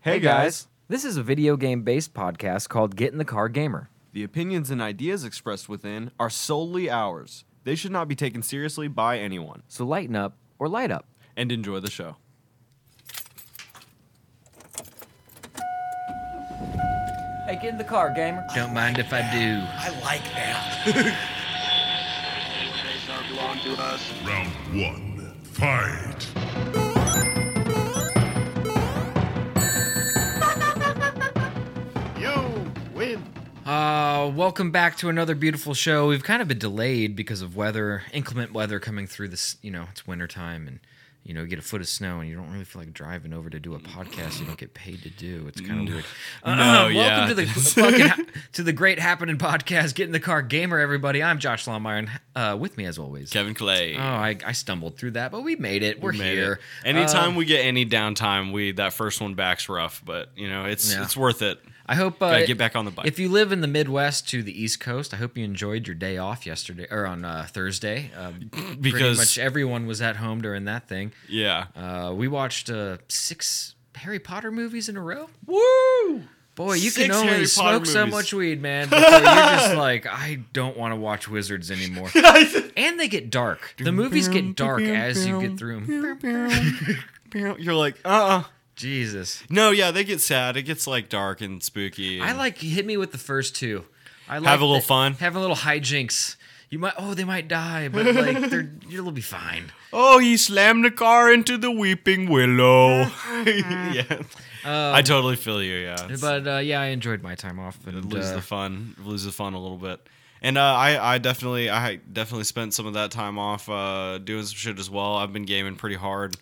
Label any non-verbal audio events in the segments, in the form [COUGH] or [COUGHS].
Hey guys. This is a video game based podcast called Get in the Car Gamer. The opinions and ideas expressed within are solely ours. They should not be taken seriously by anyone. So lighten up or light up. And enjoy the show. Hey, get in the car, gamer. Don't mind if I do. I like that. Round one, fight. Uh, welcome back to another beautiful show. We've kind of been delayed because of weather, inclement weather coming through this. You know, it's winter time, and you know, you get a foot of snow, and you don't really feel like driving over to do a podcast. You don't get paid to do. It's Mm. kind of weird. No, welcome yeah. [LAUGHS] to the fucking, ha- to the Great Happening podcast. Get in the car, gamer, everybody. I'm Josh Longmire, and uh, with me as always. Kevin Clay. Oh, I, I stumbled through that, but we made it. We're Made here. Uh, it. Anytime we get any downtime, we that first one back's rough, but you know it's Yeah. it's worth it. I hope uh, Gotta get back on the bike. If you live in the Midwest to the East Coast, I hope you enjoyed your day off yesterday or on uh, Thursday. [LAUGHS] Um, pretty Because- much everyone was at home during that thing. Yeah, Uh, we watched uh, six Harry Potter movies in a row. woo! [LAUGHS] Boy, you Six can only Harry Potter smoke so movies. much [LAUGHS] weed, man. Before you're just like, I don't want to watch [LAUGHS] wizards anymore. and they get dark. The movies get dark as you get through 'em. You're like, uh, uh uh-uh. Jesus, no, yeah, they get sad. It gets like dark and spooky. I and- like hit me with the first two. I like a little the- fun. Have a little hijinks. You might oh they might die, but [LAUGHS] like they're you'll be fine. Oh, he slammed the car into the weeping [LAUGHS] willow. [LAUGHS] yeah, I totally feel you. Yeah, It's- Uh, But uh, yeah, I enjoyed my time off. And, it loses uh, the fun, it loses the fun a little bit. And uh, I, I definitely, I definitely spent some of that time off uh, doing some shit as well. I've been gaming pretty hard.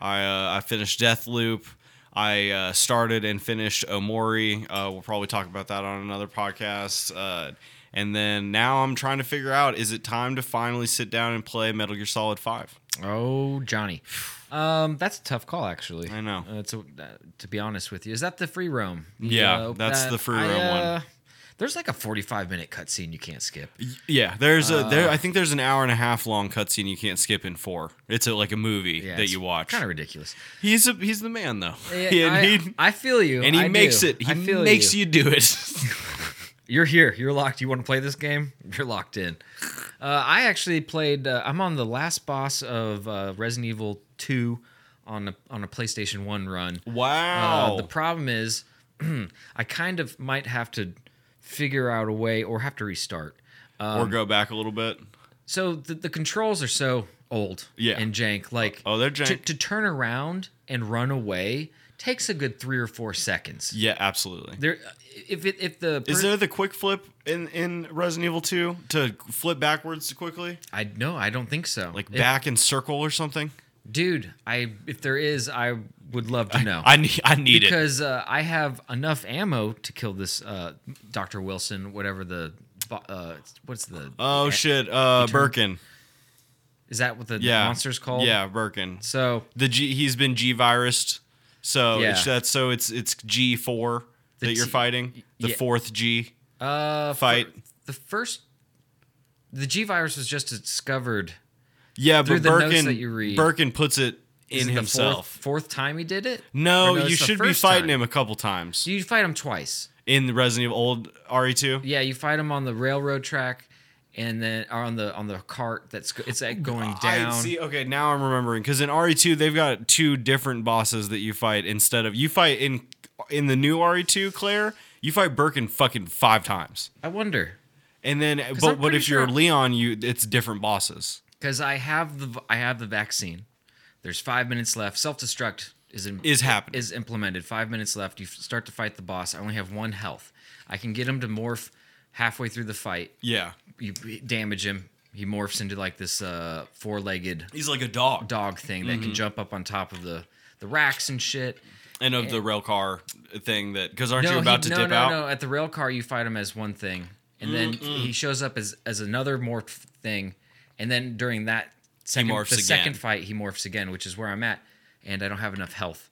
I, uh, I finished Deathloop. I uh, started and finished Omori. Uh, we'll probably talk about that on another podcast. Uh, and then now I'm trying to figure out: is it time to finally sit down and play Metal Gear Solid Five? oh Johnny, um, that's a tough call actually. I know. Uh, it's a, uh, to be honest with you, is that the free roam? The, Yeah, uh, that's that- the free I, roam one. uh, There's like a 45 minute cutscene you can't skip. Yeah, there's a there. I think there's an hour and a half long cutscene you can't skip in four. It's a, like a movie that you watch. Kind [LAUGHS] of ridiculous. He's a, he's the man though. [LAUGHS] Yeah, and I, he, I feel you. and he I makes do. it. He I feel makes you. do it. [LAUGHS] [LAUGHS] you're here. You're locked. You want to play this game? You're locked in. Uh, I actually played. Uh, I'm on the last boss of uh, Resident Evil Two on a, on a PlayStation One run. wow. Uh, the problem is, [CLEARS THROAT] I kind of might have to figure out a way or have to restart. or go back a little bit. So the, the controls are so old Yeah. and jank. Like Oh, they're To, jank. to turn around and run away takes a good three or four seconds. Yeah, absolutely. There, if it, if the Is per- there the quick flip in in Resident Evil Two to flip backwards quickly, I no, I don't think so. like If- back and circle or something? dude. I if there is, I would love to know. I need I need it. because uh, I have enough ammo to kill this uh, Doctor Wilson, whatever the bo- uh, what's the Oh shit, uh, Birkin. is that what the Yeah, monster's called? Yeah, Birkin. So The G. He's been G virused. So Yeah. it's, that's so it's it's G four The that you're T- fighting. The yeah. fourth G. uh, Fight. fir- the first, the G virus was just discovered Yeah, through but the notes Birkin that you read. Birkin puts it Is in it the himself. Fourth, fourth time he did it? No, Or you it's the should be first fighting time? him a couple times So you fight him twice. in the Resident Evil old E RE2. Yeah, you fight him on the railroad track, and then or on the on the cart that's go- it's like going down. I see. Okay, now I'm remembering because in RE2 they've got two different bosses that you fight instead of you fight in in the new RE2 Claire. You fight Birkin fucking five times, I wonder and then but I'm what pretty if you're sure- Leon? You it's different bosses. because I have the v- I have the vaccine. There's five minutes left. Self destruct is in, Is happening. is implemented. Five minutes left. You f- start to fight the boss. I only have one health. I can get him to morph halfway through the fight. Yeah, You damage him. He morphs into like this uh, four legged he's like a dog, dog thing that Mm-hmm. can jump up on top of the the racks and shit. and of the rail car thing that because aren't you he- about to no, dip no, out? no. At the rail car, you fight him as one thing, and then he shows up as as another morph thing, and then during that second, morphs the again. second fight, he morphs again, which is where I'm at, and I don't have enough health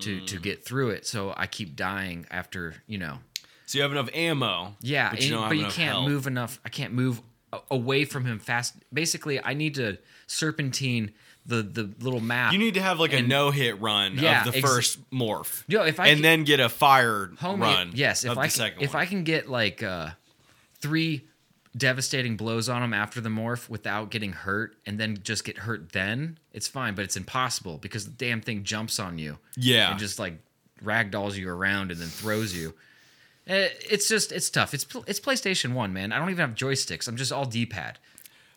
to Mm. to get through it, so I keep dying after you know. So you have enough ammo. Yeah, but and- you, don't have enough can't health. move enough. I can't move a- away from him fast. Basically, I need to serpentine the the little map. You need to have like a And- no hit run Yeah, of the ex- first morph. Yo, if I and ca- then get a fire Homie, run. Yes, if of I the can, second if one. I can get like uh, three devastating blows on him after the morph without getting hurt, and then just get hurt, then it's fine. But it's impossible because the damn thing jumps on you. Yeah. and just like ragdolls you around and then throws you. Eh, It's just it's tough. It's pl- it's PlayStation One, man. I don't even have joysticks. I'm just all D-pad.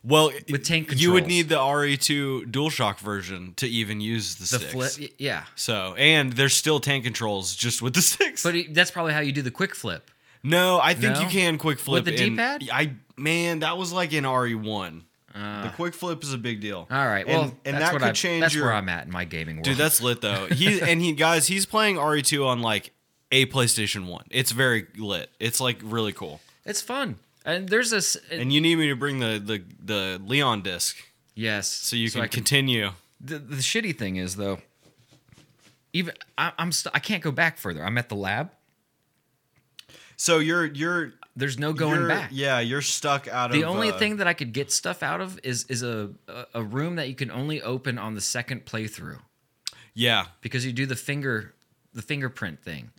well with tank you would controls. need the RE2 DualShock version to even use the, The sticks. flip, y- yeah. So and there's still tank controls just with the [LAUGHS] sticks. But it- that's probably how you do the quick flip. no, I think No? you can quick flip the in- D-pad? I man, that was like in RE1. the quick flip is a big deal. Ah. All right. And- Well, and, that's that what could I, change That's your where I'm at in my gaming world. Dude, that's lit though. He and he guys, he's playing RE2 on like a PlayStation 1. It's very lit. It's like really cool. it's fun. And there's this. And you need me to bring the the, the Leon disc yes. so you can I continue. the, the shitty thing is though even I, i'm st- i can't go back further i'm at the lab So you're you're there's no going you're- back Yeah, you're stuck out of the only uh, thing that i could get stuff out of is is a a- a room that you can only open on the second playthrough Yeah. because you do the finger the fingerprint thing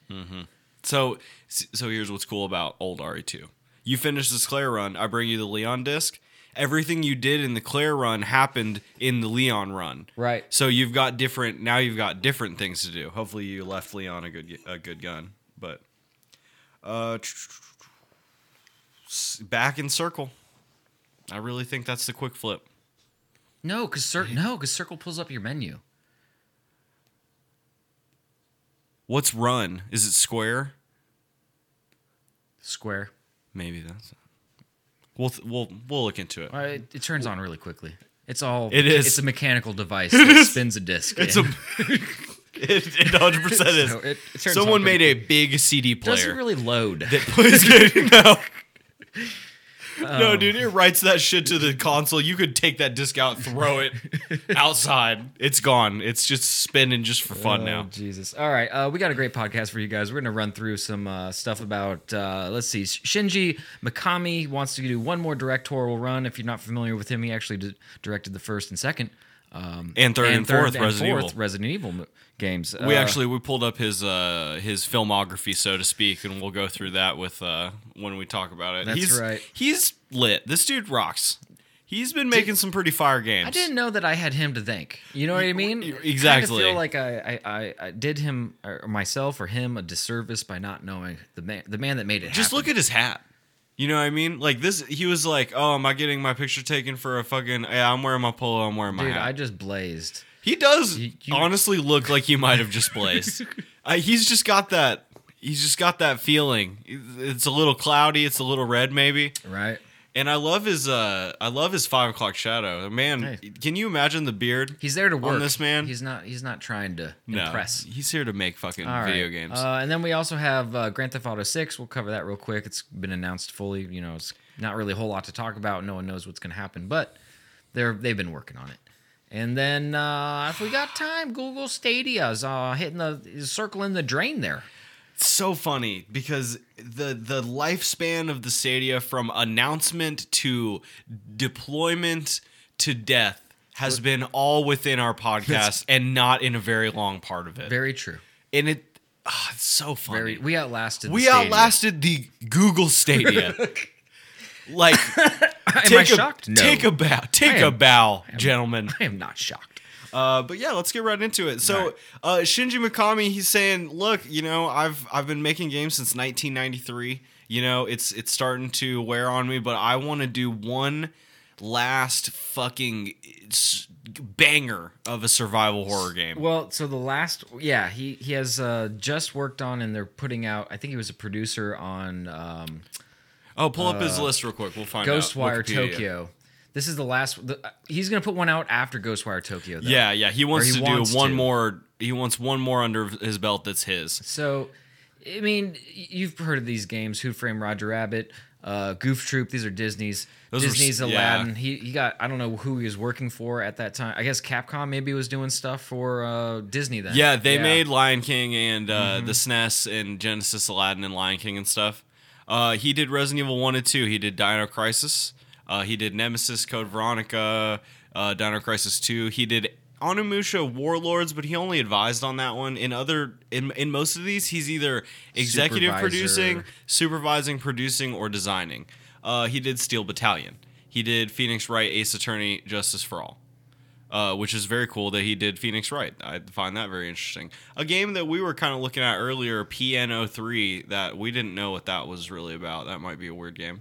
So so here's what's cool about old RE2. You finish this Claire run, I bring you the Leon disc. Everything you did in the Claire run happened in the Leon run. Right. So you've got different now you've got different things to do. Hopefully you left Leon a good gu- a good gun, but uh s- back in circle. I really think that's the quick flip. no because cir- no because circle pulls up your menu What's run? Is it square? square Maybe that's We'll th- we'll we'll look into it. All right, Uh, it, it turns on really quickly it's all It is. it's a [LAUGHS] mechanical device that spins a disc It's a [LAUGHS] and- it, it 100% is. [LAUGHS] so it- it turns on Someone pretty made a big CD quick. doesn't player. really load that plays it. No. [LAUGHS] No, dude, it writes that shit to the console. You could take that disc out, throw [LAUGHS] it outside. It's gone. It's just spinning just for fun Oh, now. Jesus. All right. Uh, we got a great podcast for you guys. We're going to run through some uh, stuff about, uh, let's see, Shinji Mikami wants to do one more directorial run. If you're not familiar with him, he actually di- directed the first and second. Um, And third and fourth Resident Evil. Resident Evil mo- games. We Uh, actually we pulled up his uh his filmography, so to speak, and we'll go through that with uh when we talk about it. That's he's, right. He's lit. This dude rocks. He's been making some pretty fire games. I didn't know that I had him to thank. You know what I mean? you- I kinda exactly. feel like I, I, I, I did him or myself or him a disservice by not knowing the man, the man that made it. Just look at his hat. You know what I mean? Like this, he was like, "Oh, am I getting my picture taken for a fucking? Yeah, I'm wearing my polo. I'm wearing my dude. hat." I just blazed. he does You- you- honestly look like he might have just [LAUGHS] blazed. uh, he's just got that. He's just got that feeling. It's a little cloudy. It's a little red, maybe. Right. And I love his. uh I love his five o'clock shadow. Man, Hey. can you imagine the beard? He's there to work. this man? He's not. He's not trying to no, impress. he's here to make fucking All video right. games. Uh, and then we also have uh, Grand Theft Auto Six. We'll cover that real quick. It's been announced fully. You know, it's not really a whole lot to talk about. No one knows what's going to happen, but they're they've been working on it. And then uh, if we got time, Google Stadia's uh, hitting the is circling the drain there. so funny because the the lifespan of the Stadia from announcement to deployment to death has been all within our podcast and not in a very long part of it. Very true. and it ah, it's so funny. Very. We outlasted. the we Stadia. outlasted the Google Stadia. like [LAUGHS] Am take I a, shocked? No. Take a bow. Take a am- bow, gentlemen. [LAUGHS] I am not shocked. Uh, but yeah, let's get right into it. So uh, Shinji Mikami, he's saying, "Look, you know, I've I've been making games since 1993. You know, it's it's starting to wear on me, but I want to do one last fucking s- banger of a survival horror game." Well, so the last, yeah, he he has uh, just worked on, and they're putting out. I think he was a producer on um, oh, pull up his list real quick. We'll find out. uh, Ghostwire Wikipedia. Tokyo. This is the last. The, he's gonna put one out after Ghostwire Tokyo. Though. Yeah, yeah. He wants he to wants do one to. more. He wants one more under his belt. That's his. So, I mean, y- you've heard of these games: Who Framed Roger Rabbit, uh, Goof Troop. These are Disney's. Those were s- Disney's yeah. Aladdin. He he got. I don't know who he was working for at that time. I guess Capcom maybe was doing stuff for uh, Disney then. Yeah, they made Lion King and uh, the SNES and Genesis Aladdin and Lion King and stuff. Uh, he did Resident Evil 1 and 2. He did Dino Crisis. Uh, he did Nemesis, Code Veronica, uh, Dino Crisis 2. He did Onimusha Warlords, but he only advised on that one. In other, in in most of these, he's either executive Supervisor. producing, supervising, producing, or designing. Uh, he did Steel Battalion. He did Phoenix Wright, Ace Attorney, Justice for All, uh, which is very cool that he did Phoenix Wright. I find that very interesting. A game that we were kind of looking at earlier, PN03, that we didn't know what that was really about. That might be a weird game.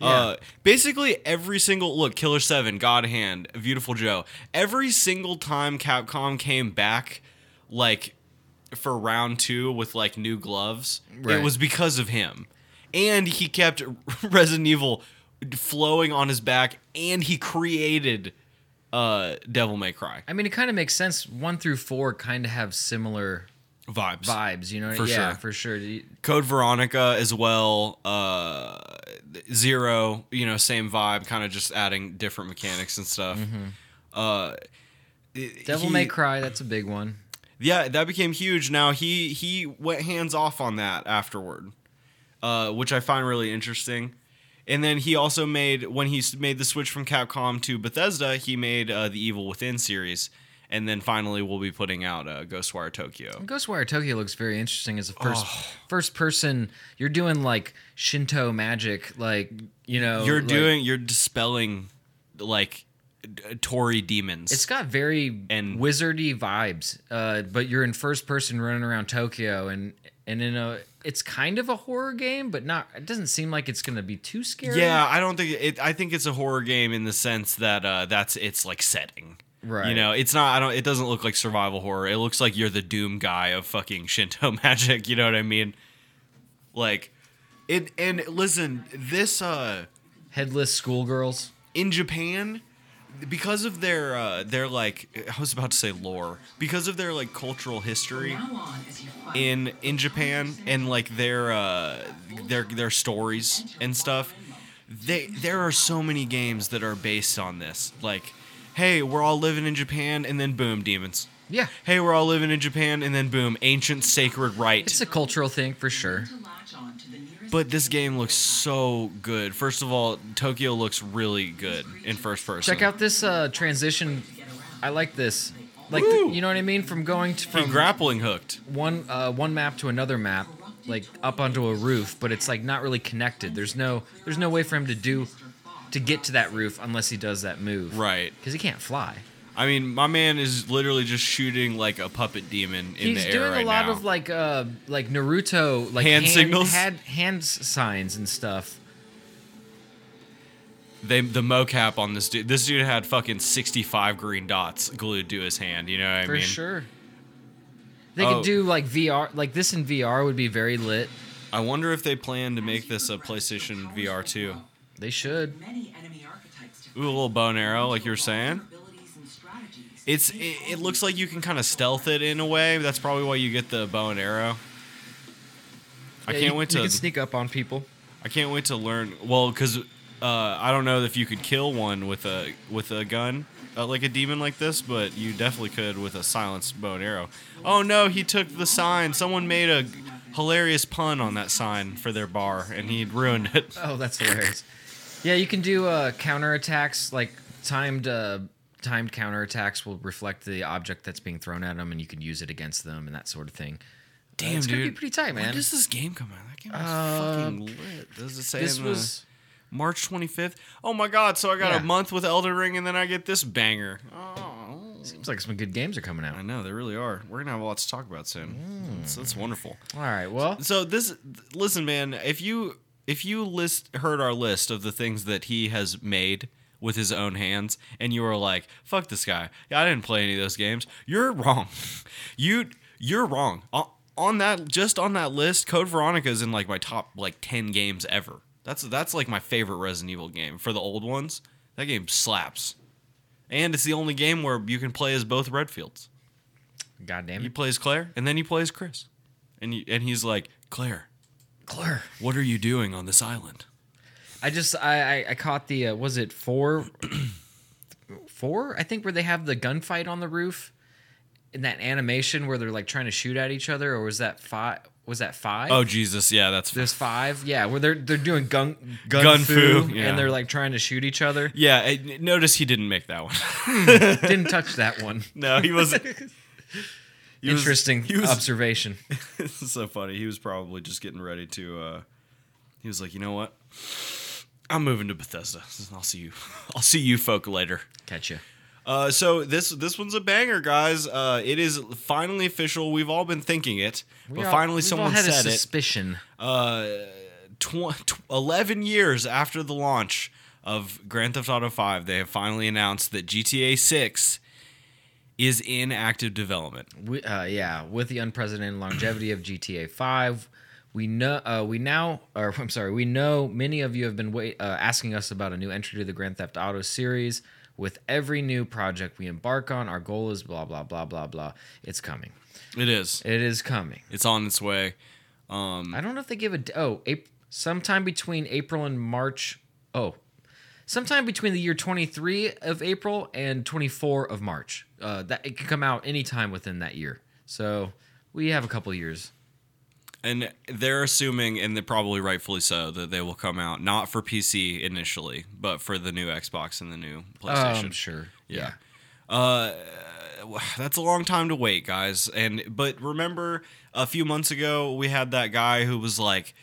Uh, basically every single look, Killer Seven, God Hand, Beautiful Joe. Every single time Capcom came back, like for round two with like new gloves, Right. it was because of him, and he kept [LAUGHS] Resident Evil flowing on his back, and he created uh Devil May Cry I mean, it kind of makes sense. One through four kind of have similar vibes. vibes, you know? For yeah, sure. for sure. Do you- Code Veronica as well. Uh, Zero, you know, same vibe, kind of just adding different mechanics and stuff. Uh, it- Mm-hmm. Devil he- May Cry, that's a big one. Yeah, that became huge. Now he he went hands off on that afterward, uh, which I find really interesting. And then he also made when he s- made the switch from Capcom to Bethesda, he made uh, the Evil Within series, and then finally we'll be putting out uh, Ghostwire Tokyo. Ghostwire Tokyo looks very interesting as a first Oh. first person. You're doing like Shinto magic, like you know, You're like- doing you're dispelling like d- uh, Tory demons. It's got very And- wizardy vibes, uh, but you're in first person running around Tokyo, and and in a it's kind of a horror game, but not. It doesn't seem like it's gonna be too scary. Yeah, I don't think it. I think it's a horror game in the sense that uh, that's its like setting. Right. You know, it's not. I don't. It doesn't look like survival horror. It looks like you're the doom guy of fucking Shinto [LAUGHS] magic. You know what I mean? Like, it. And listen, this uh, headless schoolgirls. in Japan because of their uh, their like I was about to say lore because of their like cultural history in in Japan and like their uh, their their stories and stuff they there are so many games that are based on this like hey we're all living in Japan and then boom demons Yeah, hey we're all living in Japan and then boom ancient sacred rite it's a cultural thing for sure. but this game looks so good first of all Tokyo looks really good in first person Check out this uh, transition. I like this. Like the- Woo! you know what I mean? From going to, He from grappling hooked one uh, one map to another map, like up onto a roof, but it's like not really connected. There's no there's no way for him to do to get to that roof unless he does that move. Right. Because he can't fly. I mean, my man is literally just shooting like a puppet demon in He's the air doing right a lot now. of like uh like Naruto like Hand signals? hand, hand signs and stuff. they, the mocap on this dude. This dude had fucking sixty-five green dots glued to his hand. You know what I For mean? sure. They Oh. could do like VR, like this in VR would be very lit. I wonder if they plan to make this a PlayStation VR too. They should. Ooh, a little bow and arrow, like you were saying. It's it, it looks like you can kind of stealth it in a way. That's probably why you get the bow and arrow. I Yeah, can't you, wait You to can sneak up on people. I can't wait to learn. Well, because uh, I don't know if you could kill one with a with a gun, uh, like a demon like this, but you definitely could with a silenced bow and arrow. Oh no, he took the sign. Someone made a hilarious pun on that sign for their bar, and he ruined it. Oh, that's hilarious. Yeah, you can do uh, counter attacks like timed uh, timed counter attacks will reflect the object that's being thrown at them, and you can use it against them and that sort of thing. Uh, Damn, it's gonna be dude. pretty tight, man. When does this game come out? That game was fucking lit. Uh, Does it say this in the- was March 25th? Oh my god! So I got Yeah. a month with Elden Ring, and then I get this banger. uh, seems like some good games are coming I out. know they really are. We're gonna have a lot to talk about soon. That's, that's wonderful. All right, well, so this th- listen man if you if you list heard our list of the things that he has made with his own hands and you were like fuck this guy i didn't play any of those games you're [LAUGHS] wrong you you're wrong O- on that just on that list code veronica is in like my top like 10 games ever that's that's like my favorite resident evil game for the old ones that game slaps and it's the only game where you can play as both redfields goddamn he it, plays claire and then he plays chris and, he, and he's like claire Claire. what are you doing on this island? I just I I, I caught the uh, was it [CLEARS THROAT] four four I think where they have the gunfight on the roof, in that animation where they're like trying to shoot at each other, or was that five? Was that five? Oh Jesus, yeah, that's there's five. Yeah, where they're they're doing gun gun, Gun fu, fu, yeah. and they're like trying to shoot [LAUGHS] each other. yeah. I- notice he didn't make that one. [LAUGHS] Didn't touch that one. no, he wasn't. [LAUGHS] He was- Interesting he was- observation. [LAUGHS] this is so funny. He was probably just getting ready to. uh He was like, you know what? I'm moving to Bethesda. I'll see you. [LAUGHS] I'll see you folk later. Catch you. Uh, so this this one's a banger, guys. Uh, it is finally official. We've all been thinking it, but finally someone had said a it. suspicion. Uh, tw- tw- Eleven years after the launch of Grand Theft Auto Five, they have finally announced that GTA Six is in active development. we, uh, yeah, with the unprecedented longevity of GTA 5, we know uh, we now, or [LAUGHS] I'm sorry, we know many of you have been wait, uh, asking us about a new entry to the Grand Theft Auto series. With every new project we embark on, our goal is blah blah blah blah blah. It's coming. It is. It is coming. It's on its way. I don't know if they give a d- oh April, sometime between April and March. Oh, sometime between the year 23 of April and 24 of March. Uh, that it can come out anytime within that year. So we have a couple years. And they're assuming, and they're probably rightfully so, that they will come out not for PC initially, but for the new Xbox and the new PlayStation. Um, sure. Yeah. That's a long time to wait, guys. And but remember, a few months ago we had that guy who was like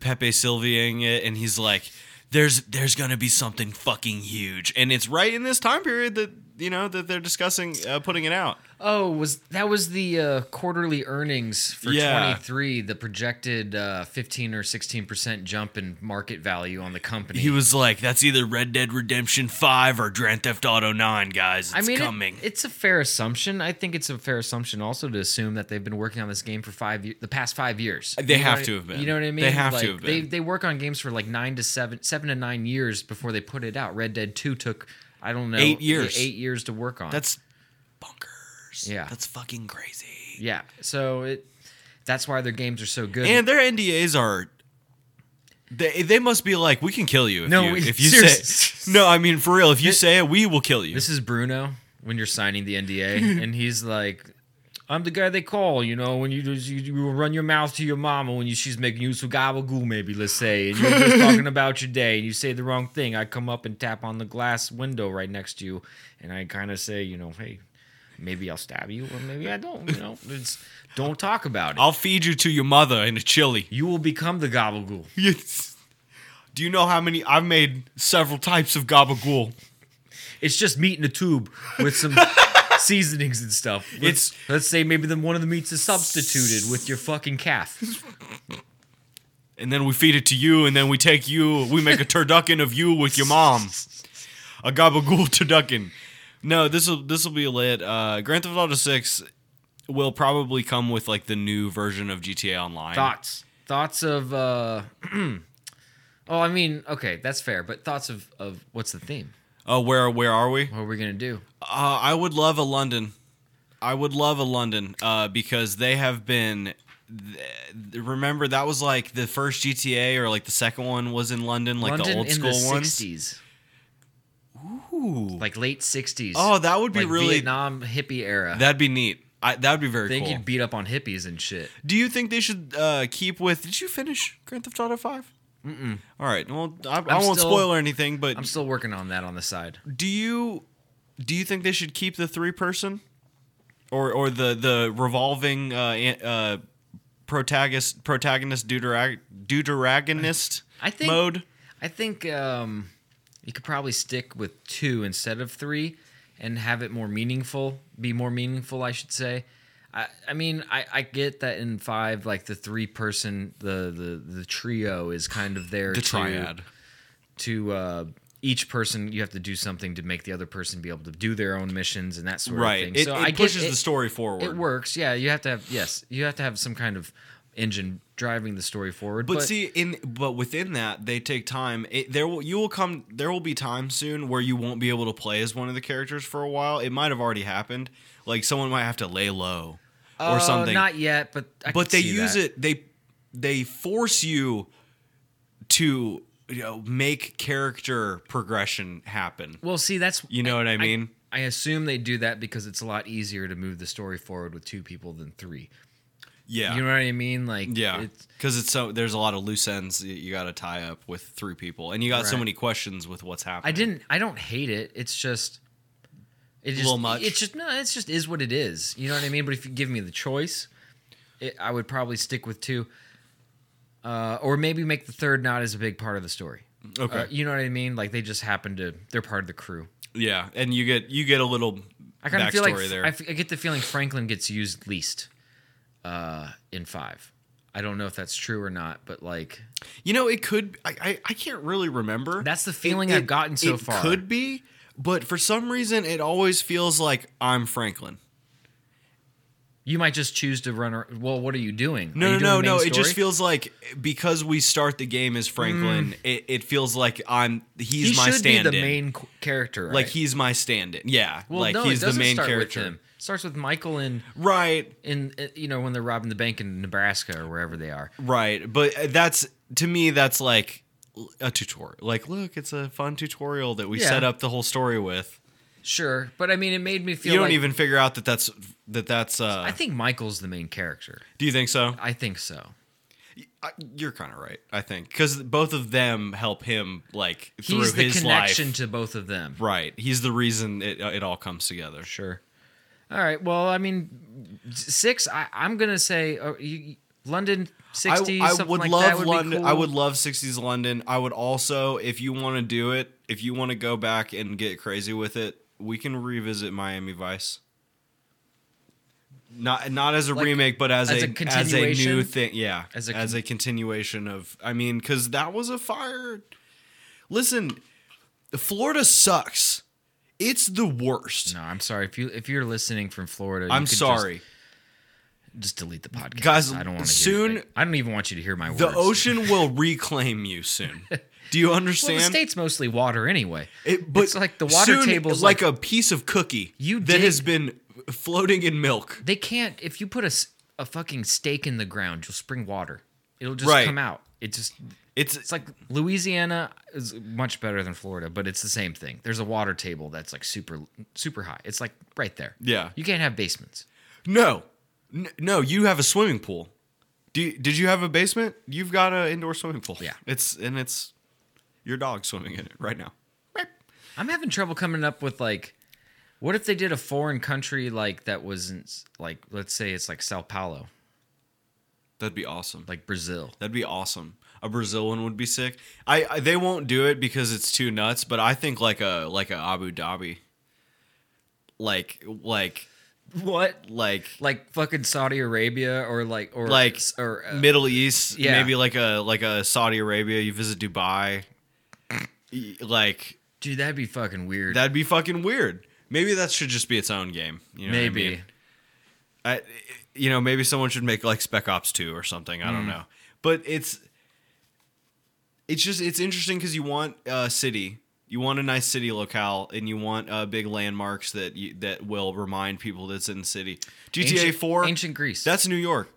Pepe Silviaing it, and he's like, "There's there's gonna be something fucking huge," and it's right in this time period that you know that they're discussing uh, putting it out. Oh, was that was the uh, quarterly earnings for Yeah. 23? The projected uh, 15 or 16 percent jump in market value on the company. He was like, "That's either Red Dead Redemption Five or Grand Theft Auto Nine, guys. It's I mean, it- coming." it's a fair assumption. I think it's a fair assumption also to assume that they've been working on this game for five years, the past five years. They know have what I- to have been. You know what I They mean? have to Like, have They been. they work on games for like nine to seven, seven to nine years before they put it out. Red Dead Two took I don't know Eight years. eight years to work on. That's bonkers. Yeah. That's fucking crazy. yeah. So it that's why their games are so good. And their NDAs are they, they must be like, we can kill you if No, you we- if you say [LAUGHS] seriously. No, I mean for real, if you say it, we will kill you. This is Bruno when you're signing the NDA, and he's like, "I'm the guy they call, you know, when you you, you run your mouth to your mama when you, she's making you goo, maybe let's say, and you're just talking about your day, and you say the wrong thing. I come up and tap on the glass window right next to you, and I kind of say, you know, hey." Maybe I'll stab you, or maybe I don't. You know, it's don't talk about it. I'll feed you to your mother in a chili. [LAUGHS] you will become the gabagool. Yes. Do you know how many I've made several types of gabagool? It's just meat in a tube with [LAUGHS] some seasonings and stuff. Let's, It's- let's say maybe the, one of the meats is substituted with your fucking calf. And then we feed it to you, and then we take you, we make a turducken of you with your mom. A gabagool [LAUGHS] turducken. No, this will this will be lit. Uh, Grand Theft Auto Six will probably come with like the new version of GTA Online. thoughts thoughts of uh [CLEARS THROAT] oh i mean okay that's fair but thoughts of of what's the theme Oh, where where are we? what are we gonna do Uh, I would love a London. I would love a London uh, because they have been. th- Remember that was like the first GTA or like the second one was in London, like london the old in school the ones. 60s Ooh. like late 60s Oh, that would be like really. vietnam hippie era That'd be neat. I, that'd be very think cool. you'd beat up on hippies and shit Do you think they should uh, keep with? Did you finish Grand Theft Auto Five? Mm-mm. All right. Well, I, I won't still- spoil anything, but i'm still working on that on the side do you do you think they should keep the three person or or the the revolving uh, an- uh, protagonist protagonist deuterag- deuteragonist I think- mode? i think um you could probably stick with two instead of three and have it more meaningful be more meaningful i should say I, I mean, I, I get that in five, like the three person, the, the, the trio is kind of there to- to uh, each person. You have to do something to make the other person be able to do their own missions and that sort of Right. thing. It, so it I get pushes it- the story forward. It works. Yeah, you have to have yes, you have to have some kind of engine driving the story forward. But, see, in but within that, they take time. It, there will you will come. There will be time soon where you won't be able to play as one of the characters for a while. It might have already happened. Like someone might have to lay low or Uh, something. Not yet, but I but could they see use that. it. They they force you to you know make character progression happen. Well, see, that's You know what I mean? I assume they do that because it's a lot easier to move the story forward with two people than three. Yeah. You know what I mean? Like, yeah, it's, because it's so there's a lot of loose ends y- you got to tie up with three people, and you got so Right. many questions with what's happening. I didn't. I don't hate it. It's just. It just, little much? It's just no. It's just is what it is. You know what I mean. But if you give me the choice, it, I would probably stick with two, uh, or maybe make the third not as a big part of the story. Okay. Uh, you know what I mean? Like they just happen to. They're part of the crew. Yeah, and you get you get a little I kind of backstory feel like there. I, f- I get the feeling Franklin gets used least uh, in five. I don't know if that's true or not, but like you know, it could. I I, I can't really remember. That's the feeling I've gotten so it far. Could be, but for some reason, it always feels like I'm Franklin. you might just choose to run. Ar- well, what are you doing? No, Are no, you no, doing no. main It just story? feels like because we start the game as Franklin, it, it feels like I'm he's he my should be stand-in. the main qu- character. Right? Like he's my stand-in. Yeah, well, like no, he's it the doesn't main start character. With him. It starts with Michael and Right, in uh, you know when they're robbing the bank in Nebraska or wherever they are. right. But uh, that's to me, that's like a tutorial. Like, look, it's a fun tutorial that we Yeah. set up the whole story with. Sure, but I mean, it made me feel. you don't like- even figure out that that's that that's uh I think Michael's the main character. do you think so I think so. I, you're kind of right i think because both of them help him like He's through the his connection life to both of them. right he's the reason it, uh, it all comes together Sure. All right. Well, I mean, six. I, I'm gonna say uh, you, London sixty. I, I something would like love that would be london i cool. would love 60s london i would also if you want to do it if you want to go back and get crazy with it we can revisit miami vice not not as a Like, remake but as, a, as as a a new continuation? thing yeah as As a a, con- as a continuation of i mean because that was a fire listen florida sucks it's the worst No, I'm sorry. If you if you're listening from Florida, you i'm could just- sorry Just, delete the podcast, Guys, I don't want to soon- Hear, I don't even want you to hear my words. the ocean will [LAUGHS] reclaim you soon do you Well, understand the state's mostly water anyway. It, but it's like the water soon, table's like, a piece of cookie You that dig- has been floating in milk. they can't. If you put a s- a fucking stake in the ground, you'll spring water. It'll just Right. come out. It just It's, it's like Louisiana is much better than Florida, but it's the same thing. There's a water table that's like super super high. It's like right there. Yeah. You can't have basements. no, N- no. You have a swimming pool. Do you, did you have a basement? You've got an indoor swimming pool. Yeah. it's and it's your dog swimming in it right now. I'm having trouble coming up with like what if they did a foreign country like that wasn't like let's say it's like Sao Paulo, That'd be awesome. like Brazil. That'd be awesome. A Brazil one would be sick. I, I they won't do it because it's too nuts. But I think like a like a Abu Dhabi. Like like What? like Like fucking Saudi Arabia or like or like or uh, Middle East, yeah. maybe like a like a Saudi Arabia. You visit Dubai, Y- like dude that'd be fucking weird. that'd be fucking weird. Maybe that should just be its own game. You know what I Maybe. mean? I, you know, maybe someone should make like Spec Ops Two or something. Mm. I don't know, but it's it's just it's interesting because you want a city, you want a nice city locale, and you want uh, big landmarks that you, that will remind people that's in the city. GTA Ancient- Four, Ancient Greece. That's New York.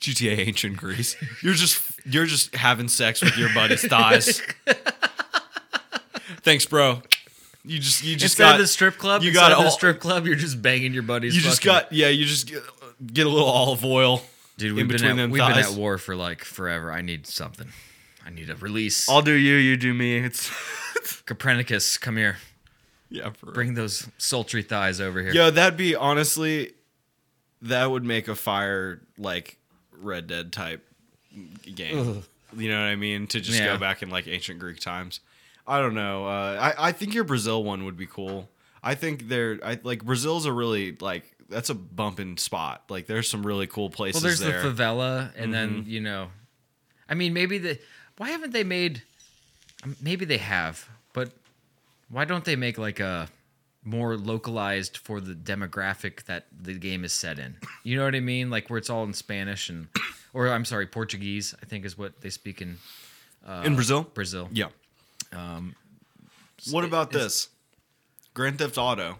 GTA Ancient Greece. You're just you're just having sex with your buddy's [LAUGHS] thighs. Thanks, bro. You just you just instead got of the strip club, You instead got of the all, strip club, you're just banging your buddies. you just fucking- got yeah. You just get, get a little olive oil. dude. in We've been between at, them we've been thighs. at war for like forever. I need something. I need a release. I'll do you. You do me. It's Copernicus, come here. [LAUGHS] yeah. For real. Bring those sultry thighs over here. Yo, that'd be honestly, that would make a fire like Red Dead type game. You know what I mean? To just Yeah. go back in like ancient Greek times. I don't know. Uh, I I think your Brazil one would be cool. I think they're I like Brazil's a really like that's a bumping spot. Like there's some really cool places Well, there's there. Mm-hmm. the favela, and then you know, I mean, maybe the why haven't they made? um, Maybe they have, but why don't they make like a more localized for the demographic that the game is set in? You know what I mean? Like where it's all in Spanish and, or I'm sorry, Portuguese. I think is what they speak in in Brazil. uh, Brazil. Yeah. Um, what about this? Grand Theft Auto.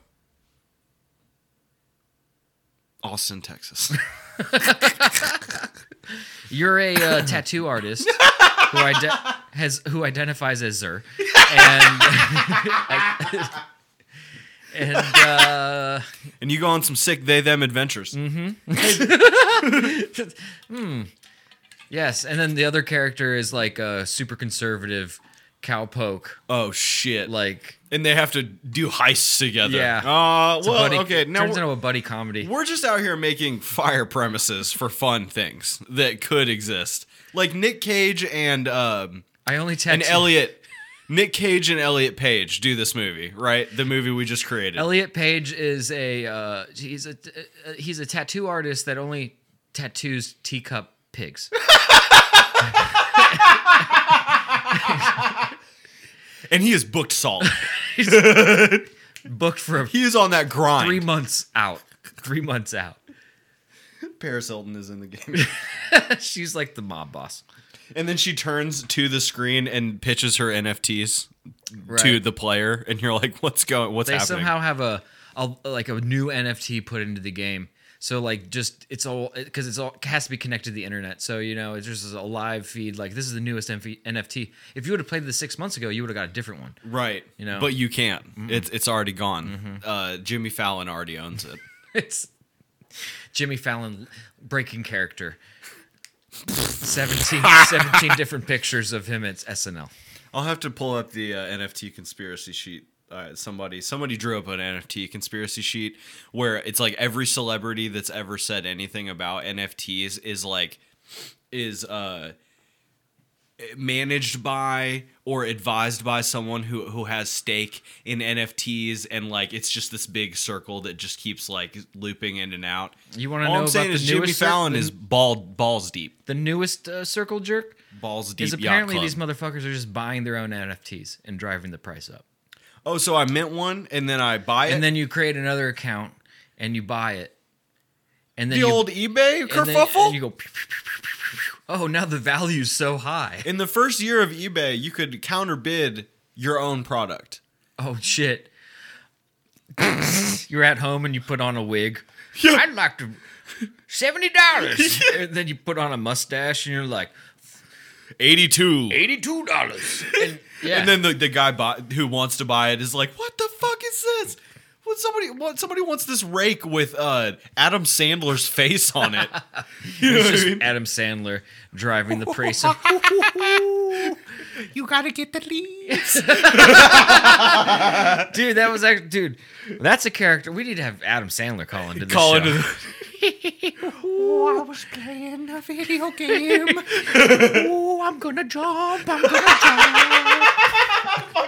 Austin, Texas. [LAUGHS] You're a [LAUGHS] uh, tattoo artist who ide- has who identifies as Zer, and [LAUGHS] and uh, and you go on some sick they them adventures. Mm-hmm. yes, and then the other character is like a super conservative cowpoke, Oh shit! like and they have to do heists together. Yeah. Uh, it's a well, buddy- okay. Now turns we're, into a buddy comedy. we're just out here making fire premises for fun things that could exist, like Nick Cage and um I only text and Elliot. Nick Cage and Elliot Page do this movie, right? The movie we just created. Elliot Page is a uh, he's a uh, he's a tattoo artist that only tattoos teacup [LAUGHS] pigs. and he is booked solid. Booked for he is on that grind. three months out. Three months out. [LAUGHS] [LAUGHS] Paris Hilton is in the game. She's like the mob boss. And then she turns to the screen and pitches her NFTs Right. to the player, and you're like, "What's going? What's they happening?" somehow have a, a like a new NFT put into the game. So like just it's all because it's all it has to be connected to the internet. So you know it's just a live feed. Like this is the newest NF- NFT. If you would have played this six months ago, you would have got a different one. [LAUGHS] right? You know. Mm-hmm. but you can't. It's it's already gone. Uh, Jimmy Fallon already owns it. It's Jimmy Fallon breaking character. 17, [LAUGHS] 17 different pictures of him at SNL. I'll have to pull up the uh, NFT conspiracy sheet. Uh, somebody somebody drew up an NFT conspiracy sheet where it's like every celebrity that's ever said anything about NFTs is like is uh managed by or advised by someone who who has stake in NFTs and like it's just this big circle that just keeps like looping in and out. You wanna All know I'm about saying the is Jimmy newest cir- Fallon the- is bald balls deep. The newest uh, circle jerk Balls deep. is yacht apparently club. these motherfuckers are just buying their own NFTs and driving the price up. Oh, so I mint one and then I buy it. And then you create another account and you buy it. And then the you, old eBay and then- kerfuffle. and you go. pew, pew, pew, pew, pew, pew. Oh, now the value's so high. In the first year of eBay, you could counterbid your own product. Oh [LAUGHS] shit. You're at home and you put on a wig. I'd like to [LAUGHS] seventy dollars. Then you put on a mustache and you're like 82. eighty-two dollars. And, [LAUGHS] yeah. And then the, the guy buy, who wants to buy it is like, "What the fuck is this? What somebody what somebody wants this rake with uh, Adam Sandler's face on it?" you know it's what I just mean? Adam Sandler driving the price [LAUGHS] [LAUGHS] of You gotta get the leads. [LAUGHS] dude. That was actually dude. That's a character. We need to have Adam Sandler call into the Call show. into [LAUGHS] the, Oh, I was playing a video game. oh, I'm gonna jump. I'm gonna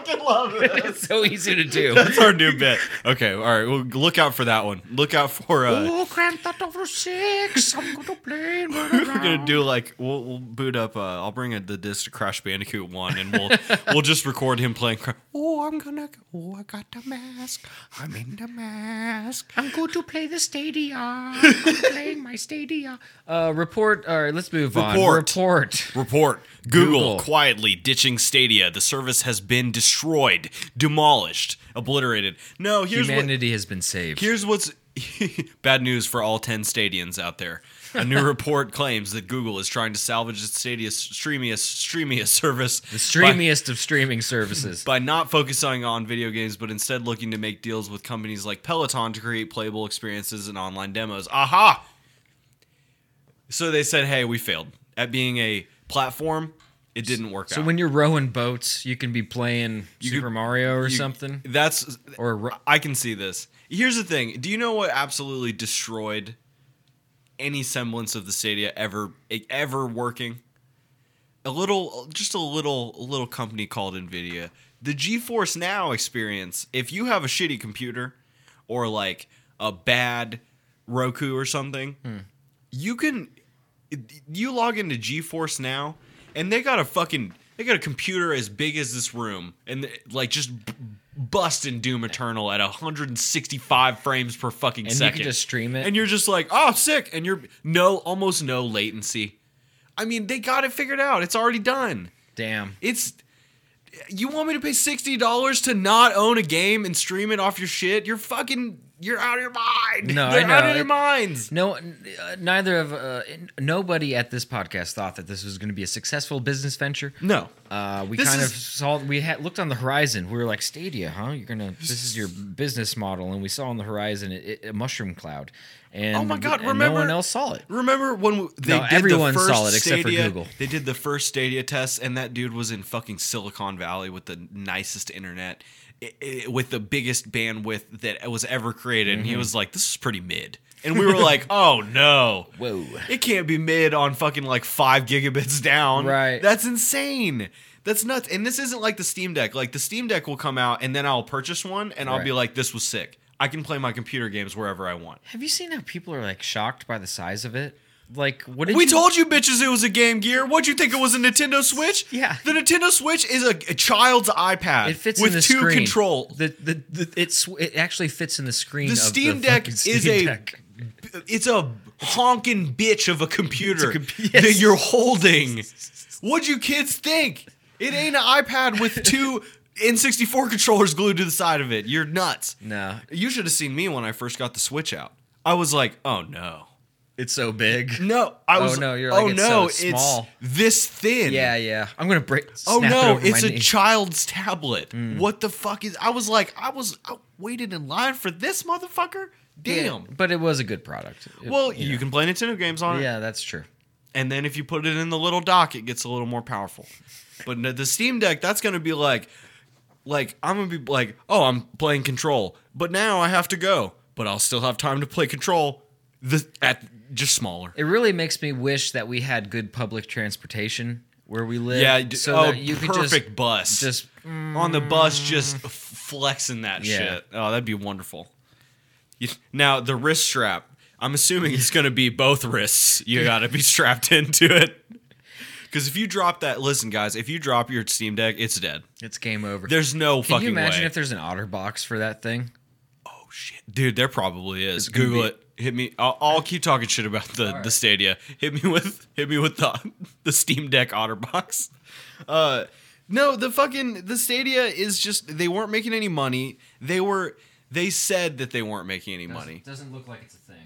[LAUGHS] it's so easy to do. that's [LAUGHS] our new bit. Okay, all right. Well, look out for that one. Look out for uh, oh, Grand Theft Auto 6. I'm gonna play and run We're around. [LAUGHS] gonna do like we'll, we'll boot up. Uh, I'll bring a, the disc to Crash Bandicoot one, and we'll [LAUGHS] we'll just record him playing. Cra- Oh, I'm gonna. Oh, I got the mask. I'm in the mask. I'm going to play the Stadia. I'm playing my Stadia. Uh, report. All right, let's move on. Report. Report. Report: Google, Google. quietly ditching Stadia. The service has been destroyed, demolished, obliterated. No, here's what, Humanity has been saved. Here's what's [LAUGHS] bad news for all 10 stadiums out there. A [LAUGHS] new report claims that Google is trying to salvage its Stadia streamiest, streamiest service. The Streamiest of streaming services. by not focusing on video games, but instead looking to make deals with companies like Peloton to create playable experiences and online demos. Aha! So they said, hey, we failed at being a platform. It didn't work So out. when you're rowing boats, you can be playing Super could- Mario or You- something, That's. or ro- I can see this. Here's the thing. Do you know what absolutely destroyed any semblance of the Stadia ever e, ever working? A little, just a little, a little company called Nvidia. The GeForce Now experience. If you have a shitty computer, or like a bad Roku or something, Hmm. you can you log into GeForce Now, and they got a fucking they got a computer as big as this room, and like just b- busting Doom Eternal at 165 frames per fucking and you second, can just stream it. and you're just like, oh, sick, and you're no almost no latency. I mean, they got it figured out. It's already done. Damn. It's you want me to pay sixty dollars to not own a game and stream it off your shit? You're fucking You're out of your mind. No, They're I know. out of your It- minds. No, n- uh, neither of uh, n- nobody at this podcast thought that this was going to be a successful business venture. No. Uh, we This kind is- of saw we had looked on the horizon. We were like Stadia, huh? You're gonna this is your business model, and we saw on the horizon it, it, a mushroom cloud. And Oh my God, and no remember- one else saw it. Remember when w- they No, did everyone the first saw it except for Stadia, Google. They did the first Stadia test, and that dude was in fucking Silicon Valley with the nicest internet, i i with the biggest bandwidth that was ever created. And Mm-hmm. he was like, "This is pretty mid," and we were [LAUGHS] like, "Oh no, Whoa. it can't be mid on fucking like five gigabits down. Right. That's insane. That's nuts. And this isn't like the Steam Deck. Like the Steam Deck will come out, and then I'll purchase one, and I'll Right. be like, "This was sick." I can play my computer games wherever I want. Have you seen how people are like shocked by the size of it? Like, what did we you- told you bitches it was a Game Gear. What'd you think it was a Nintendo Switch? Yeah. The Nintendo Switch is a, a child's iPad. It fits with in the two screen. controls. The, the, the it sw- it actually fits in the screen. The of Steam the Deck fucking is Steam a- Deck. it's a honking bitch of a computer compu- that yes. you're holding. What'd you kids think? It ain't an iPad with two N64 controllers glued to the side of it. You're nuts. No, You should have seen me when I first got the Switch out. I was like, oh no. it's [LAUGHS] so big. No, I Oh, was. no, you're oh like, it's so no, small." this thin. Yeah, yeah. I'm gonna break. Oh snap it no, over it's my a knee. Mm. child's tablet. What the fuck is I was like, I was I waited in line for this motherfucker? Yeah, Damn. but it was a good product. It- Well, uh, you, can play Nintendo games on it. yeah, that's true. And then if you put it in the little dock, it gets a little more powerful. But no- the Steam Deck, that's gonna be like like I'm gonna be like, oh, I'm playing control, but now I have to go. But I'll still have time to play control. The at just smaller. It really makes me wish that we had good public transportation where we live. Yeah, d- so oh, that you could perfect just bus. just on the bus just f- flexing that Mm. Yeah. shit. Oh, that'd be wonderful. You- Now the wrist strap. I'm assuming it's going to be both wrists. [LAUGHS] You got to be strapped into it. Because if you drop that, listen, guys, if you drop your Steam Deck, it's dead. it's game over. There's no Can fucking you imagine way. if there's an otter box for that thing? oh shit, dude, there probably is. gonna Google be- it. Hit me. I'll, I'll keep talking shit about the the Stadia. Hit me with hit me with the [LAUGHS] the Steam Deck OtterBox. Uh, no, the fucking the Stadia is just they weren't making any money. They were they said that they weren't making any money. Doesn't look like it's a thing.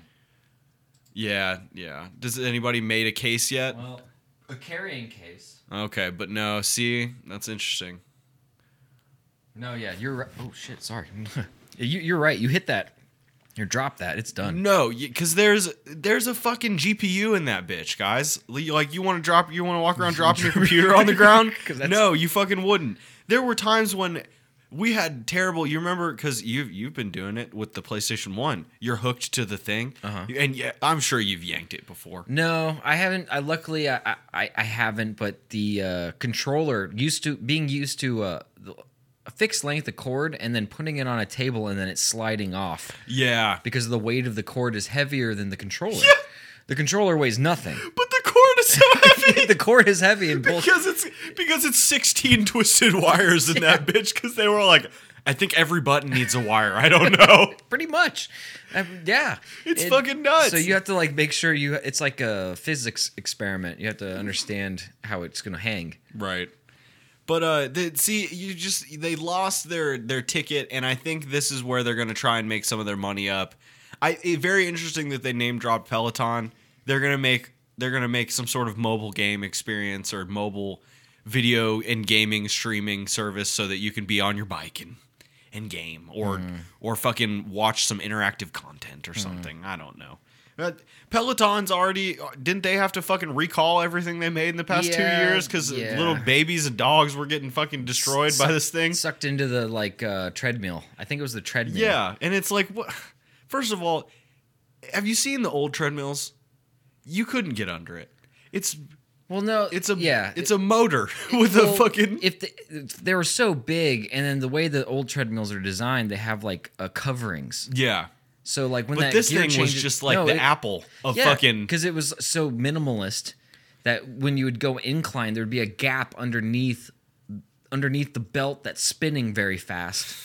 Yeah, yeah. Does anybody made a case yet? Well, a carrying case. Okay, but no. See, that's interesting. No, yeah, you're right. Oh shit, sorry. [LAUGHS] you, you're right. You hit that. You drop that. It's done. No, because there's there's a fucking GPU in that bitch, guys. L- you- Like you want to drop, you want to walk [LAUGHS] around dropping your computer on the ground. 'Cause that's- No, you fucking wouldn't. There were times when we had terrible. You remember because you've you've been doing it with the PlayStation One. You're hooked to the thing, Uh-huh. and yeah, I'm sure you've yanked it before. No, I haven't. I luckily I I, I haven't. But the uh, controller used to being used to uh, the, a fixed length of cord and then putting it on a table and then it's sliding off Yeah, because the weight of the cord is heavier than the controller. The controller weighs nothing. but the cord is so heavy. the cord is heavy and both. because it's because it's 16 twisted wires in that bitch because they were like i think every button needs a wire i don't know pretty much. Um, yeah, It's fucking nuts. So you have to like make sure you. It's like a physics experiment. You have to understand how it's gonna hang. right but uh the, see you just they lost their their ticket and i think this is where they're going to try and make some of their money up i it, very interesting that they name dropped peloton they're going to make they're going to make some sort of mobile game experience or mobile video and gaming streaming service so that you can be on your bike and and game or Mm-hmm. or fucking watch some interactive content or something. I don't know. Uh, Peloton's already didn't they have to fucking recall everything they made in the past two Yeah, years because yeah. little babies and dogs were getting fucking destroyed by Suck- this thing? sucked into the like uh, treadmill. I think it was the treadmill. Yeah, and it's like what? First of all, have you seen the old treadmills? You couldn't get under it. It's Well, no, it's a yeah. it's a motor [LAUGHS] with a Well, fucking If, the, if they were so big, and then the way the old treadmills are designed, they have like uh, coverings. yeah. So like when But that this gear thing was changes- just like No, the it- apple of yeah, fucking because it was so minimalist that when you would go incline, there'd be a gap underneath underneath the belt that's spinning very fast.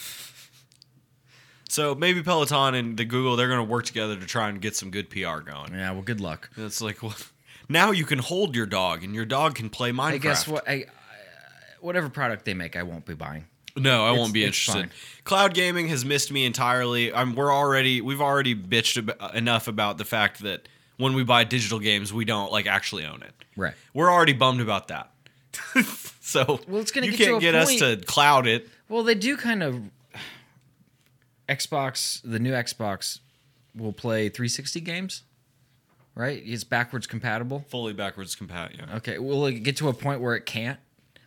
So maybe Peloton and the Google they're going to work together to try and get some good PR going. Yeah, well, good luck. It's like well, [LAUGHS] now you can hold your dog and your dog can play Minecraft. I guess what I, I whatever product they make, I won't be buying. No, I It's- won't be it's interested. fine. Cloud gaming has missed me entirely. I'm, we're already we've already bitched ab- uh, enough about the fact that when we buy digital games, we don't like actually own it. Right. We're already bummed about that. [LAUGHS] so Well, it's gonna you get to can't a get us to point- cloud it. Well, they do kind of. Xbox, the new Xbox will play 360 games, right? It's backwards compatible. Fully backwards compatible. Yeah. Okay, will it get to a point where it can't?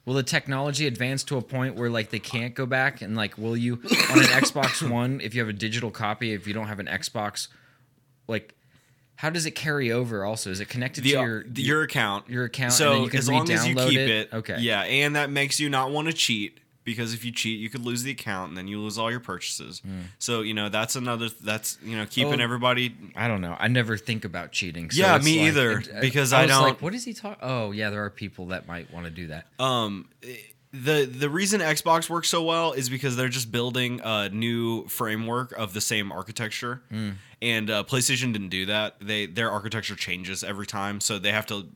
Will the technology advance to a point where like they can't go back and like will you on [COUGHS] an Xbox One if you have a digital copy if you don't have an Xbox, like how does it carry over? Also, is it connected The, to your, your your account, your account, and So then you can as long as you re-download keep it? it, Okay. yeah, and that makes you not want to cheat because if you cheat, you could lose the account and then you lose all your purchases. So you know that's another. That's you know keeping Hmm. Oh. everybody I don't know. I never think about cheating. So Yeah, it's me like- either, it- uh, because I I was don't- Like, what is he talking? Oh yeah, there are people that might want to do that. um the the reason Xbox works so well is because they're just building a new framework of the same architecture, and uh, PlayStation didn't do that. They their architecture changes every time, so they have to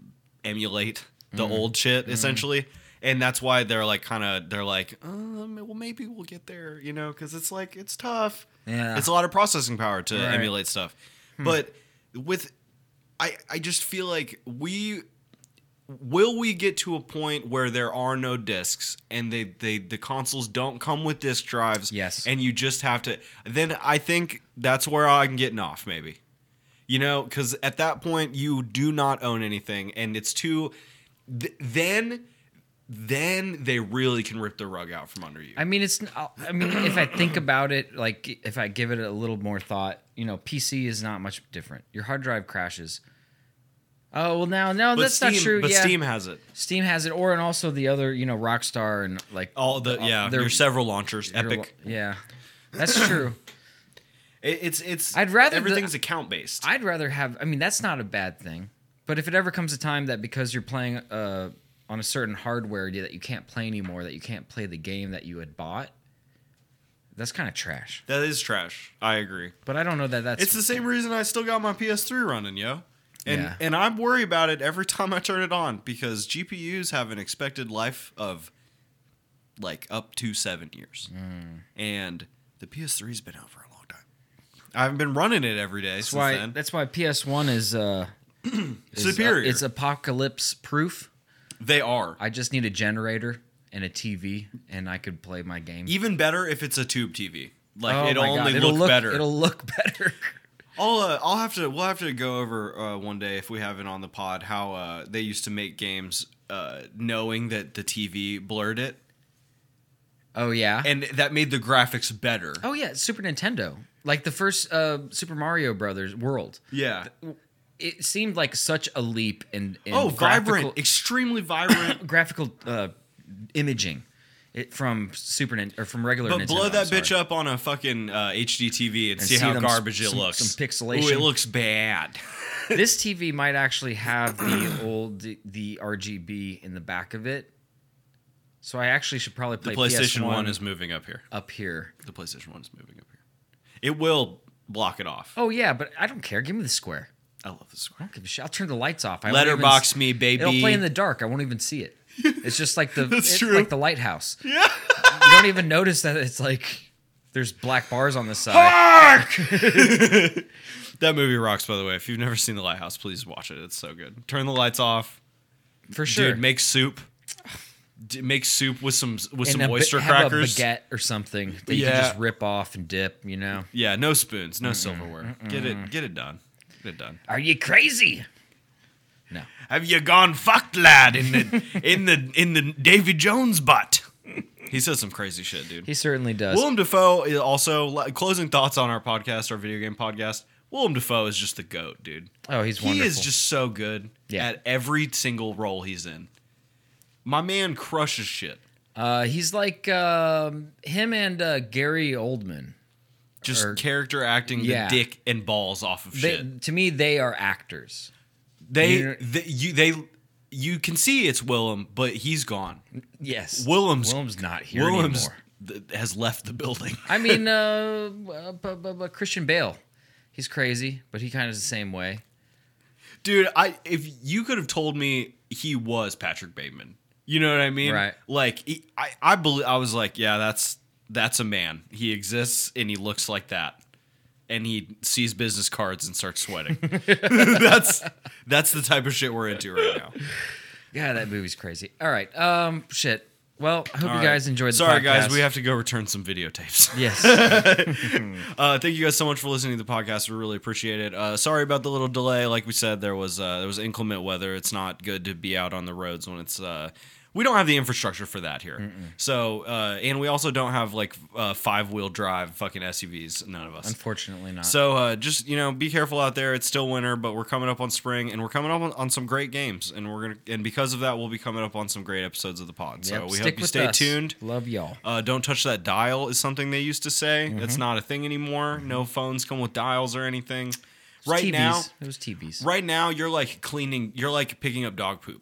emulate the old shit essentially, and that's why they're like kind of they're like, um, well maybe we'll get there, you know, because it's like it's tough. Yeah. it's a lot of processing power to Right. Hmm. emulate stuff, but with I I just feel like we will we get to a point where there are no discs and they, they the consoles don't come with disc drives Yes. and you just have to then i think that's where i'm getting off maybe you know because at that point you do not own anything and it's too th- then then they really can rip the rug out from under you I mean, it's. I'll- I mean, if I think about it, like if I give it a little more thought, you know, PC is not much different. Your hard drive crashes. Oh well, now no, but that's steam, not true. but yeah, steam has it Steam has it, or and also the other, you know, Rockstar and like all the yeah they're- your several launchers your- Oh, epic Yeah, that's [COUGHS] true. It- it's it's I'd rather the- everything's account based I'd rather have. I mean, that's not a bad thing. But if it ever comes a time that because you're playing uh, on a certain hardware that you can't play anymore, that you can't play the game that you had bought, that's kind of trash. that is trash i agree But I don't know that that's It's the same reason I still got my PS3 running, yo. And Yeah. and I worry about it every time I turn it on because GPUs have an expected life of like up to seven years, Mm. and the PS3's been out for a long time. I haven't been running it every day That's since why then. that's why PS One is uh is, uh, Superior. it's apocalypse proof. they are I just need a generator and a TV, and I could play my game. even better if it's a tube TV. Like Oh it'll my God, only it'll look, better. It'll look [LAUGHS] better. I'll uh, I'll have to we'll have to go over uh, one day if we haven't on the pod how uh, they used to make games uh, knowing that the TV blurred it oh yeah. and that made the graphics better. oh yeah. Super Nintendo, like the first uh, Super Mario Brothers World. Yeah. It seemed like such a leap in, in oh, vibrant, graphical- extremely [COUGHS] vibrant. graphical uh, imaging. It from Super Nin- or from regular. but Nintendo, blow I'm that sorry. bitch up on a fucking uh, HD TV and, And see, see how them garbage s- it some- looks. some pixelation. Ooh, it looks bad. this TV might actually [CLEARS THROAT] have the old the RGB in the back of it. So I actually should probably The play PlayStation PS1 One is moving up here. up here. The PlayStation One is moving up here. It will block it off. Oh yeah, but I don't care. Give me the square. I love this I square. don't give a shit. I'll turn the lights off. I won't even Letterbox s- me, baby. It'll play in the dark. I won't even see it. It's just [LAUGHS] like the That's it's true. like [LAUGHS] the lighthouse. Yeah. you don't even notice that it's like there's black bars on the side. [LAUGHS] that movie rocks, by the way. If you've never seen The Lighthouse, please watch it. It's so good. Turn the lights off, For sure. dude. Make soup. D- make soup with some with And some a ba- oyster have crackers. a baguette or something that you Yeah. can just rip off and dip, you know. yeah, no spoons, no silverware. Get it, get it done. Get it done. Are you crazy? No. Have you gone fucked, lad, in [LAUGHS] the in the in the Davy Jones butt? He says some crazy shit, dude. He certainly does. Willem Dafoe is also like, closing thoughts on our podcast, our video game podcast. Willem Dafoe is just the goat, dude. Oh, he's he wonderful. is just so good Yeah. at every single role he's in. My man crushes shit. uh, he's like um, him and uh, Gary Oldman. Just Or- character acting Er, Yeah. the dick and balls off of They, shit. to me, they are actors. They, you're- they, you, they, you can see it's Willem, but he's gone. Yes, Willem's- Willem's not here Willem's anymore. th- has left the building. [LAUGHS] I mean, uh, uh, bu- bu- bu- Christian Bale. He's crazy, but he kind of is the same way. Dude, I if you could have told me he was Patrick Bateman, You know what I mean? Right. Like he- I, I believe I was like, yeah, that's that's a man. He exists and he looks like that. And he sees business cards and starts [LAUGHS] sweating. that's that's the type of shit we're into right now. Yeah, that movie's crazy. All right. Um, shit. Well, I hope All you right. guys enjoyed the Sorry, guys, podcast. we have to go return some videotapes. [LAUGHS] Yes. Uh, thank you guys so much for listening to the podcast. We really appreciate it. Uh, sorry about the little delay. Like we said, there was uh, there was inclement weather. It's not good to be out on the roads when it's. Uh, we don't have the infrastructure for that here. So, uh, and we also don't have like uh, five wheel drive fucking SUVs. None of us. Unfortunately not. So uh, just you know, be careful out there. It's still winter, but we're coming up on spring, and we're coming up on, on some great games, and we're gonna and because of that, we'll be coming up on some great episodes of the pod. Yep, So we stick hope you with stay us. tuned. Love y'all. Uh, don't touch that dial is something they used to say. That's not a thing anymore. No phones come with dials or anything. Right TVs. now, it was TVs. right now you're like cleaning. You're like picking up dog poop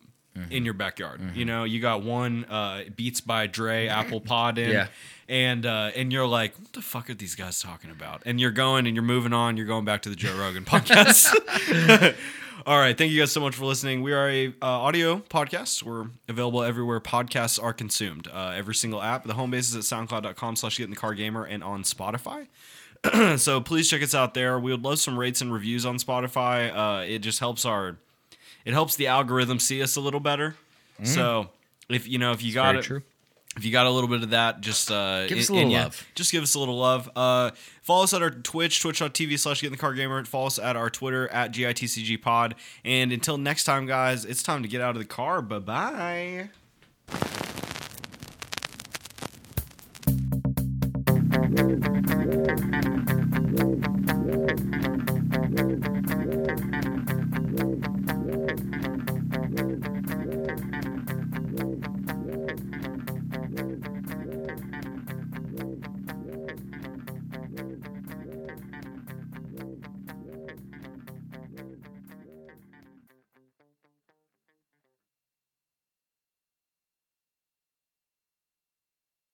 in your backyard. You know, you got one uh, Beats by Dre Apple Pod in, Yeah. and uh, and you're like, what the fuck are these guys talking about? And you're going and you're moving on. You're going back to the Joe Rogan podcast. [LAUGHS] All right, thank you guys so much for listening. We are a uh, audio podcast. We're available everywhere podcasts are consumed. Uh, every single app. The home base is at soundcloud.com slash get in the car gamer and on Spotify. so please check us out there. We would love some rates and reviews on Spotify. Uh, it just helps our it helps the algorithm see us a little better. So if you know if you got Mm. Very it true. if you got a little bit of that, just uh, Give us and- a little and yeah, love. Just give us a little love. Uh, follow us at our Twitch, twitch.tv slash get in the car gamer. Follow us at our Twitter at GITCG pod. And until next time, guys, it's time to get out of the car. Bye bye.